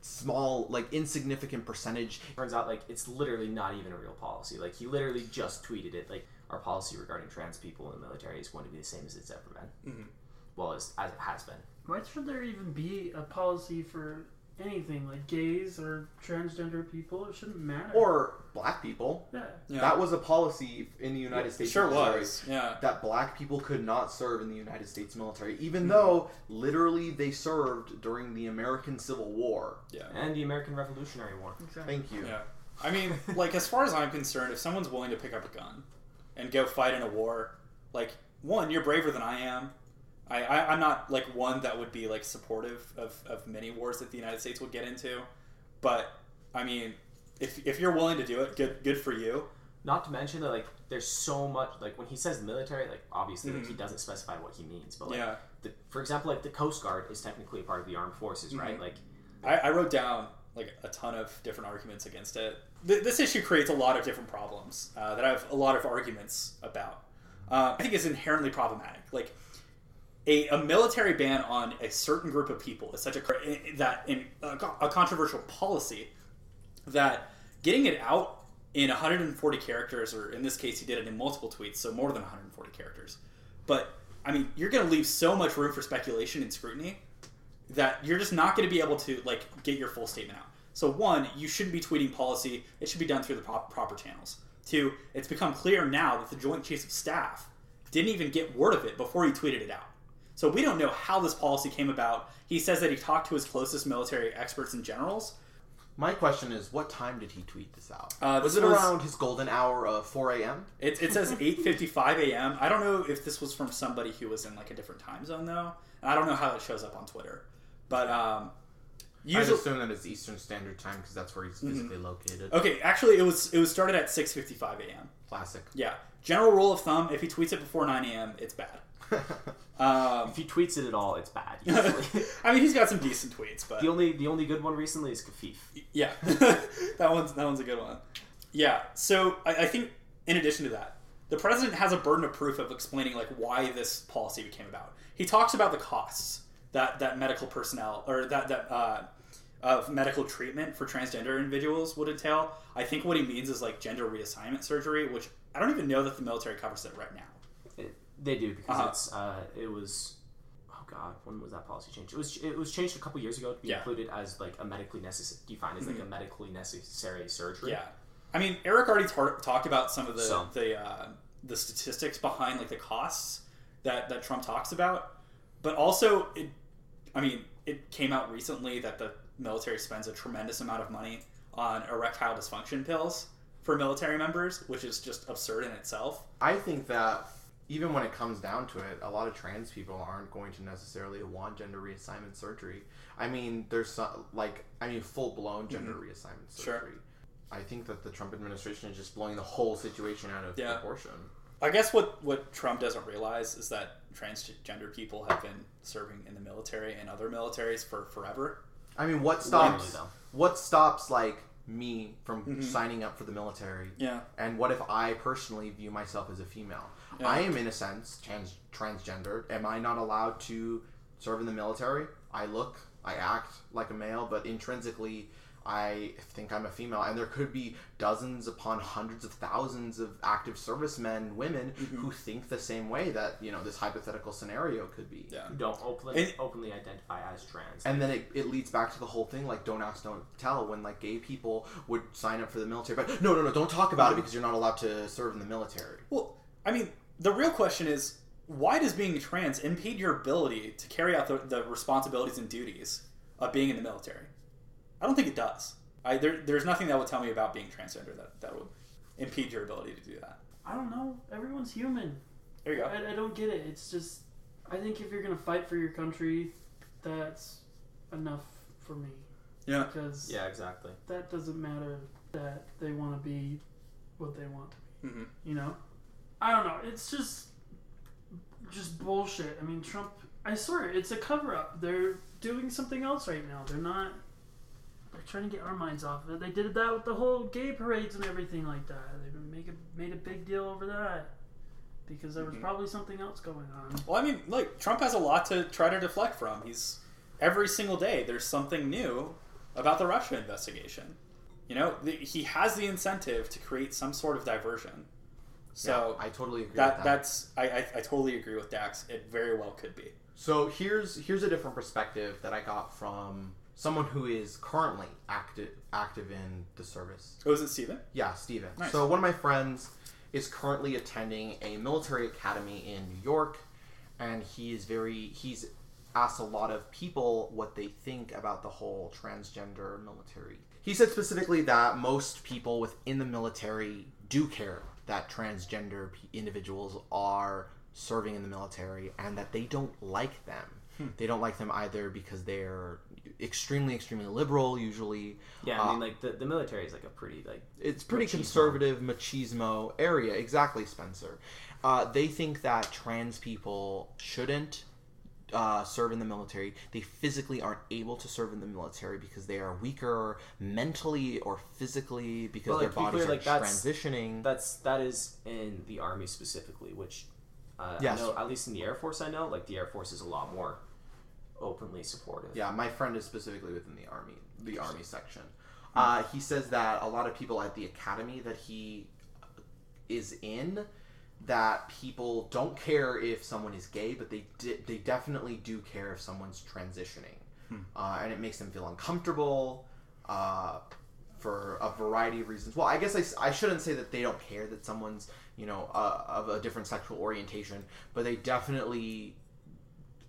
small, like insignificant percentage turns out like it's literally not even a real policy. Like he literally just tweeted it. Like our policy regarding trans people in the military is going to be the same as it's ever been. Mhm. Well, as, as it has been. Why should there even be a policy for anything like gays or transgender people? It shouldn't matter. or black people. yeah. Yeah. That was a policy in the United States sure military was. Yeah. that black people could not serve in the United States military, even though literally they served during the American Civil War. Yeah. And the American Revolutionary War. Exactly. Thank you. Yeah. I mean, like, as far as I'm concerned, if someone's willing to pick up a gun and go fight in a war, like, one, you're braver than I am. I, I, I'm not, like, one that would be, like, supportive of, of many wars that the United States would get into. But, I mean, if, if you're willing to do it, good good for you. Not to mention that like there's so much like when he says military, like obviously like, Mhm. he doesn't specify what he means, but like Yeah. the, for example, like the Coast Guard is technically a part of the armed forces, right? Like I, I wrote down, like, a ton of different arguments against it. Th- this issue creates a lot of different problems uh, that I have a lot of arguments about. Uh, I think is inherently problematic. Like, a, a military ban on a certain group of people is such a cr- that in a, co- a controversial policy that getting it out in 140 characters or in this case he did it in multiple tweets so more than 140 characters but i mean you're going to leave so much room for speculation and scrutiny that you're just not going to be able to like get your full statement out so one you shouldn't be tweeting policy it should be done through the pro- proper channels two it's become clear now that the joint chiefs of staff didn't even get word of it before he tweeted it out so we don't know how this policy came about he says that he talked to his closest military experts and generals My question is, what time did he tweet this out? Uh, was this it was- around his golden hour of 4 a.m.? It, it says 8:55 a.m. I don't know if this was from somebody who was in like a different time zone though, and I don't know how it shows up on Twitter. But um, usually, assume that it's Eastern Standard Time because that's where he's physically located. okay, actually, it was it was started at 6:55 a.m. Classic. Yeah, general rule of thumb: if he tweets it before 9 a.m., it's bad. Um, if he tweets it at all, it's bad. Usually. I mean, he's got some decent tweets, but the only the only good one recently is Kafif. Yeah, that one's that one's a good one. Yeah, so I, I think in addition to that, the president has a burden of proof of explaining like why this policy became about. He talks about the costs that that medical personnel or that that uh, of medical treatment for transgender individuals would entail. I think what he means is like gender reassignment surgery, which I don't even know that the military covers it right now. It, they do because Uh-huh. it's uh, it was oh god when was that policy changed? It was it was changed a couple years ago to be Yeah. Mm-hmm. included as like a medically necessary defined as like a medically necessary surgery. Yeah, I mean, Eric already tar- talked about some of the Some. the uh, the statistics behind like the costs that that Trump talks about, but also it, I mean, it came out recently that the military spends a tremendous amount of money on erectile dysfunction pills for military members, which is just absurd in itself. I think that even when it comes down to it, a lot of trans people aren't going to necessarily want gender reassignment surgery. I mean, there's some, like, I mean, full blown gender reassignment Mm-hmm. Sure. surgery. I think that the Trump administration is just blowing the whole situation out of Yeah. proportion. I guess what, what Trump doesn't realize is that transgender people have been serving in the military and other militaries for forever. I mean, what Literally, stops? though. What stops like me from Mm-hmm. signing up for the military? Yeah. And what if I personally view myself as a female? Yeah. I am, in a sense, trans transgender. Am I not allowed to serve in the military? I look, I act like a male, but intrinsically, I think I'm a female. And there could be dozens upon hundreds of thousands of active servicemen, women Mm-hmm. who think the same way that you know this hypothetical scenario could be. Yeah. Who don't openly And- openly identify as trans. And then it, it leads back to the whole thing like don't ask, don't tell. When like gay people would sign up for the military, but no, no, no, don't talk Mm-hmm. about it because you're not allowed to serve in the military. Well, I mean, the real question is why does being trans impede your ability to carry out the, the responsibilities and duties of being in the military? I don't think it does. I, there, there's nothing that would tell me about being transgender that, that would impede your ability to do that. I don't know. Everyone's human. There you go. I, I don't get it. It's just, I think if you're gonna fight for your country, that's enough for me. Yeah. Because yeah, exactly. that doesn't matter that they want to be what they want to be. Mhm. You know, I don't know. It's just just bullshit. I mean, Trump. I swear, it's a cover up. They're doing something else right now. They're not. They're trying to get our minds off of it. They did that with the whole gay parades and everything like that. They make a, made a big deal over that because there was probably something else going on. Well, I mean, like Trump has a lot to try to deflect from. He's every single day there's something new about the Russia investigation. You know, the, he has the incentive to create some sort of diversion. So I totally agree that, with that. that's I, I I totally agree with Dax. It very well could be. So here's here's a different perspective that I got from someone who is currently active active in the service. Oh, is it Steven? Yeah, Steven. Nice. So one of my friends is currently attending a military academy in New York and he is very he's asked a lot of people what they think about the whole transgender military. He said specifically that most people within the military do care that transgender p- individuals are serving in the military and that they don't like them. They don't like them either because they're extremely extremely liberal usually Yeah, I Uh, mean, like the, the military is like a pretty like it's pretty Machismo. conservative machismo area exactly spencer uh, they think that trans people shouldn't uh, serve in the military they physically aren't able to serve in the military because they are weaker mentally or physically because Well, like, their to be bodies clear, are like, that's- transitioning that's that is in the army specifically, which uh, Yes. I know at least in the air force I know like the air force is a lot more openly supportive. Yeah, my friend is specifically within the army, the army section. Uh, he says that a lot of people at the academy that he is in, that people don't care if someone is gay, but they di- they definitely do care if someone's transitioning, uh, and it makes them feel uncomfortable. Uh, for a variety of reasons. Well, I guess I, s- I shouldn't say that they don't care that someone's, you know, uh, of a different sexual orientation, but they definitely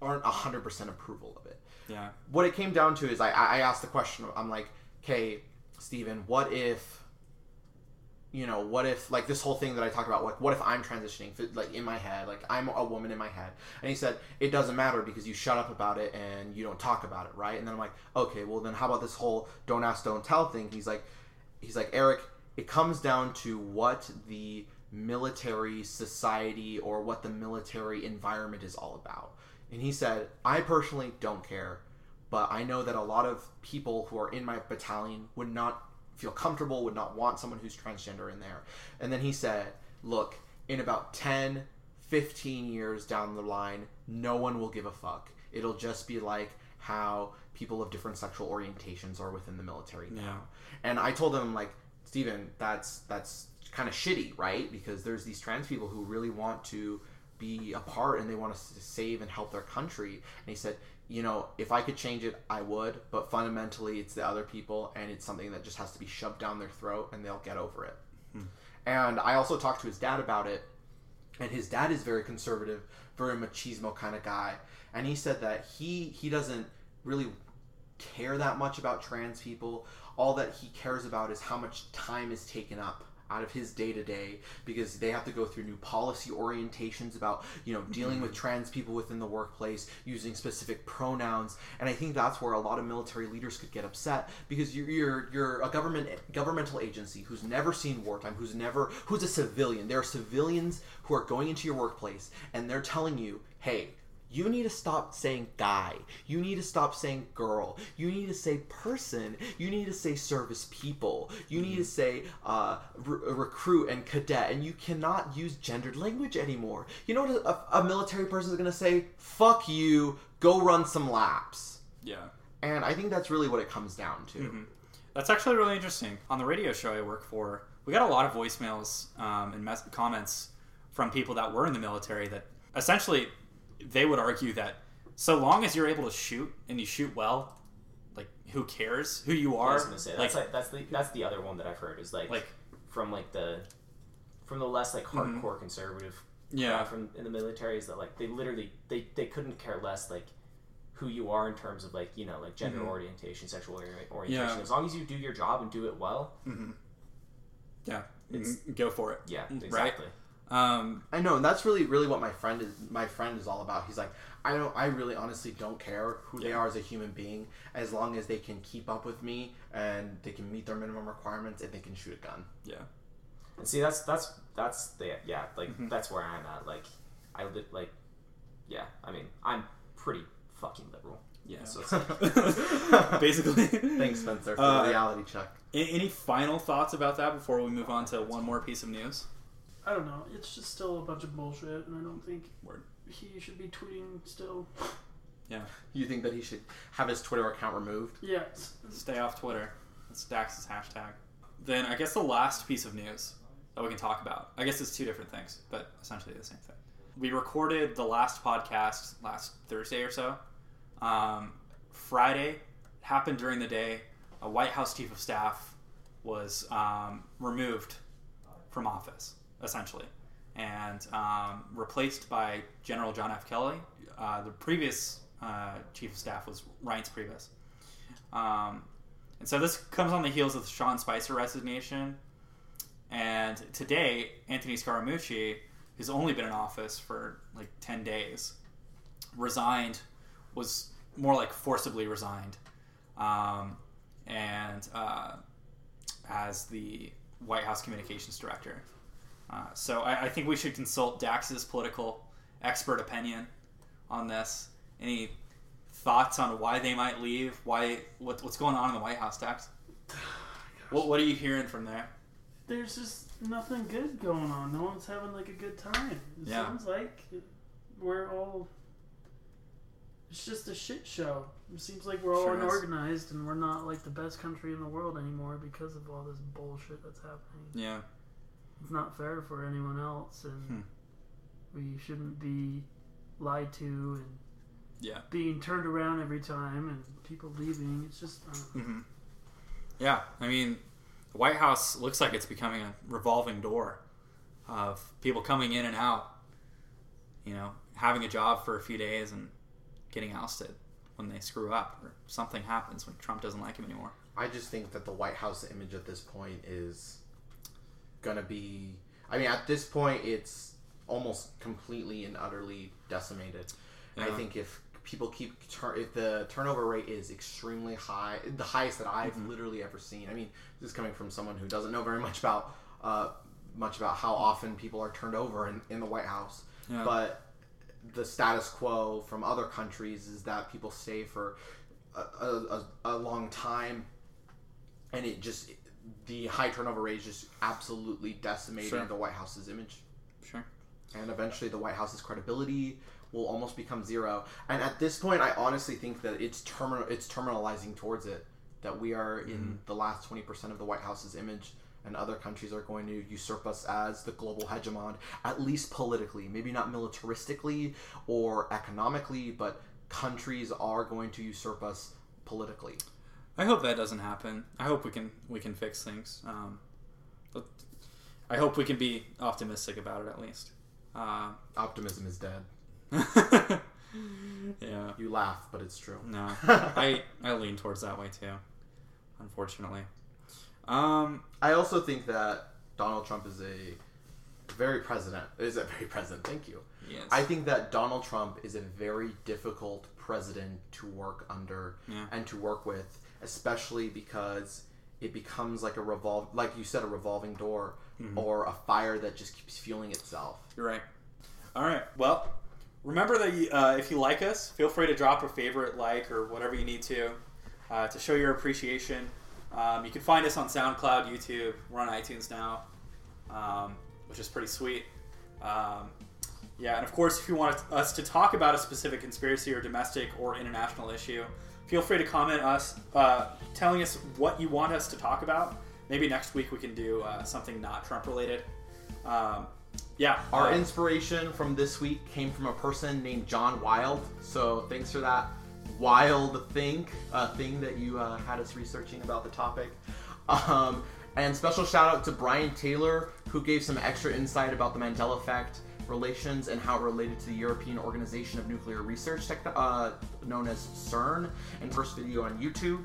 aren't 100% approval of it Yeah. what it came down to is I, I asked the question i'm like okay steven what if you know what if like this whole thing that i talked about like what if i'm transitioning fi- like in my head like i'm a woman in my head and he said it doesn't matter because you shut up about it and you don't talk about it right and then i'm like okay well then how about this whole don't ask don't tell thing he's like he's like eric it comes down to what the military society or what the military environment is all about and he said i personally don't care but i know that a lot of people who are in my battalion would not feel comfortable would not want someone who's transgender in there and then he said look in about 10 15 years down the line no one will give a fuck it'll just be like how people of different sexual orientations are within the military now Yeah. and I told him like, Steven, that's that's kind of shitty, right? Because there's these trans people who really want to be a part and they want to s- save and help their country. And he said, you know, if I could change it, I would, but fundamentally, it's the other people, and it's something that just has to be shoved down their throat, and they'll get over it. And I also talked to his dad about it, and his dad is very conservative, very machismo kind of guy, and he said that he he doesn't really care that much about trans people. All that he cares about is how much time is taken up out of his day to day because they have to go through new policy orientations about, you know, dealing with trans people within the workplace, using specific pronouns. And I think that's where a lot of military leaders could get upset because you're you're, you're a government governmental agency who's never seen wartime, who's never who's a civilian. There are civilians who are going into your workplace and they're telling you, "Hey, you need to stop saying guy. You need to stop saying girl. You need to say person. You need to say service people. You need to say uh, re- recruit and cadet. And you cannot use gendered language anymore. You know what a, a military person is going to say? Fuck you. Go run some laps. Yeah. And I think that's really what it comes down to. That's actually really interesting. On the radio show I work for, we got a lot of voicemails um, and mes- comments from people that were in the military that essentially they would argue that so long as you're able to shoot and you shoot well, like who cares who you I are? was gonna say that's like, like, that's the that's the other one that I've heard is like, like from like the from the less like hardcore Mhm. conservative yeah, uh, from in the military is that like they literally they they couldn't care less like who you are in terms of like you know like gender Mhm. orientation sexual ori- orientation Yeah. as long as you do your job and do it well yeah, It's- Mm, go for it. yeah Right. exactly Um, I know, and that's really, really what my friend is. My friend is all about. He's like, I don't, I really, honestly don't care who they are as a human being, as long as they can keep up with me and they can meet their minimum requirements and they can shoot a gun. Mm-hmm. and see that's that's that's the yeah like that's where I'm at like I li- like yeah, I mean, I'm pretty fucking liberal. Yeah, Yeah. so it's Basically. Thanks, Spencer, for Uh, the reality check. A- Any final thoughts about that before we move on to one more piece of news? I don't know. It's just still a bunch of bullshit, and I don't think Word. he should be tweeting still. You think that he should have his Twitter account removed? Yes. Stay off Twitter. That's Dax's hashtag. Then I guess the last piece of news that we can talk about. I guess it's two different things, but essentially the same thing. We recorded the last podcast last Thursday or so. Um, Friday happened during the day. A White House chief of staff was um, removed from office, essentially, and um, replaced by General John F. Kelly. Uh, the previous uh, chief of staff was Reince Priebus. Um, and so this comes on the heels of Sean Spicer resignation. And today, Anthony Scaramucci, who's only been in office for like 10 days, resigned, was more like forcibly resigned. Um, and uh, as the White House communications director. Uh, so I, I think we should consult Dax's political expert opinion on this. Any thoughts on why they might leave? Why what, what's going on in the White House, Dax? What what are you hearing from there? There's just nothing good going on. No one's having like a good time. It Yeah. sounds like we're all. It's just a shit show. It seems like we're all Sure is. unorganized and we're not like the best country in the world anymore because of all this bullshit that's happening. Yeah, It's not fair for anyone else, and Hmm. we shouldn't be lied to and Yeah. being turned around every time and people leaving. It's just uh, I don't know. hmm yeah. I mean, the White House looks like it's becoming a revolving door of people coming in and out. You know, having a job for a few days and getting ousted when they screw up or something happens when Trump doesn't like him anymore. I just think that the White House image at this point is gonna be. I mean, at this point, it's almost completely and utterly decimated. I Yeah. think if people keep tur- if the turnover rate is extremely high, the highest that I've Mm-hmm. literally ever seen. I mean, this is coming from someone who doesn't know very much about uh, much about how often people are turned over in, in the White House, Yeah. but the status quo from other countries is that people stay for a, a, a, a long time, and it just the high turnover rate is just absolutely decimating Sure. the White House's image Sure. and eventually the White House's credibility will almost become zero. And at this point, I honestly think that it's terminal. It's terminalizing towards it. That we are in the last twenty percent of the White House's image, and other countries are going to usurp us as the global hegemon, at least politically. Maybe not militaristically or economically, but countries are going to usurp us politically. I hope that doesn't happen. I hope we can we can fix things. Um, but I hope we can be optimistic about it at least. Uh, Optimism is dead. yeah. You laugh, but it's true. No. I I lean towards that way too. Unfortunately. Um. I also think that Donald Trump is a very president. Is a very president. Thank you. Yes. I think that Donald Trump is a very difficult president to work under Yeah. and to work with, especially because it becomes like a revolve, like you said, a revolving door or a fire that just keeps fueling itself. You're right. All right. Well, remember that you, uh, if you like us, feel free to drop a favorite, like, or whatever you need to uh, to show your appreciation. Um, you can find us on SoundCloud, YouTube. We're on iTunes now, um, which is pretty sweet. Um, yeah, and of course, if you want us to talk about a specific conspiracy or domestic or international issue, feel free to comment us, uh, telling us what you want us to talk about. Maybe next week we can do uh, something not Trump related. Um, yeah. Our uh, inspiration from this week came from a person named John Wild. So thanks for that wild think uh, thing that you uh, had us researching about the topic. Um, and special shout out to Brian Taylor who gave some extra insight about the Mandela effect relations and how it related to the European Organization of Nuclear Research, Techno- uh, known as CERN, and first video on YouTube.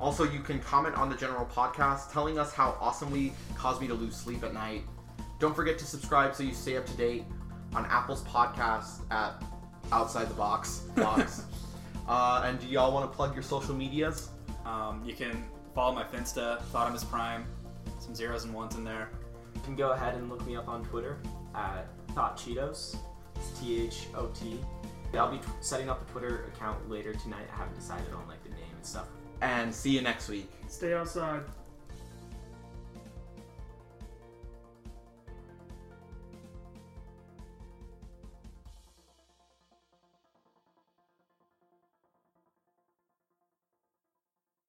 Also, you can comment on the general podcast telling us how awesomely caused me to lose sleep at night. Don't forget to subscribe so you stay up to date on Apple's podcast at Outside the Box. box. uh, and do y'all want to plug your social medias? Um, you can follow my Finsta, Thotimus Prime, some zeros and ones in there. You can go ahead and look me up on Twitter at Thought Cheetos. It's T H O T. I'll be t- setting up a Twitter account later tonight. I haven't decided on like the name and stuff. And see you next week. Stay outside.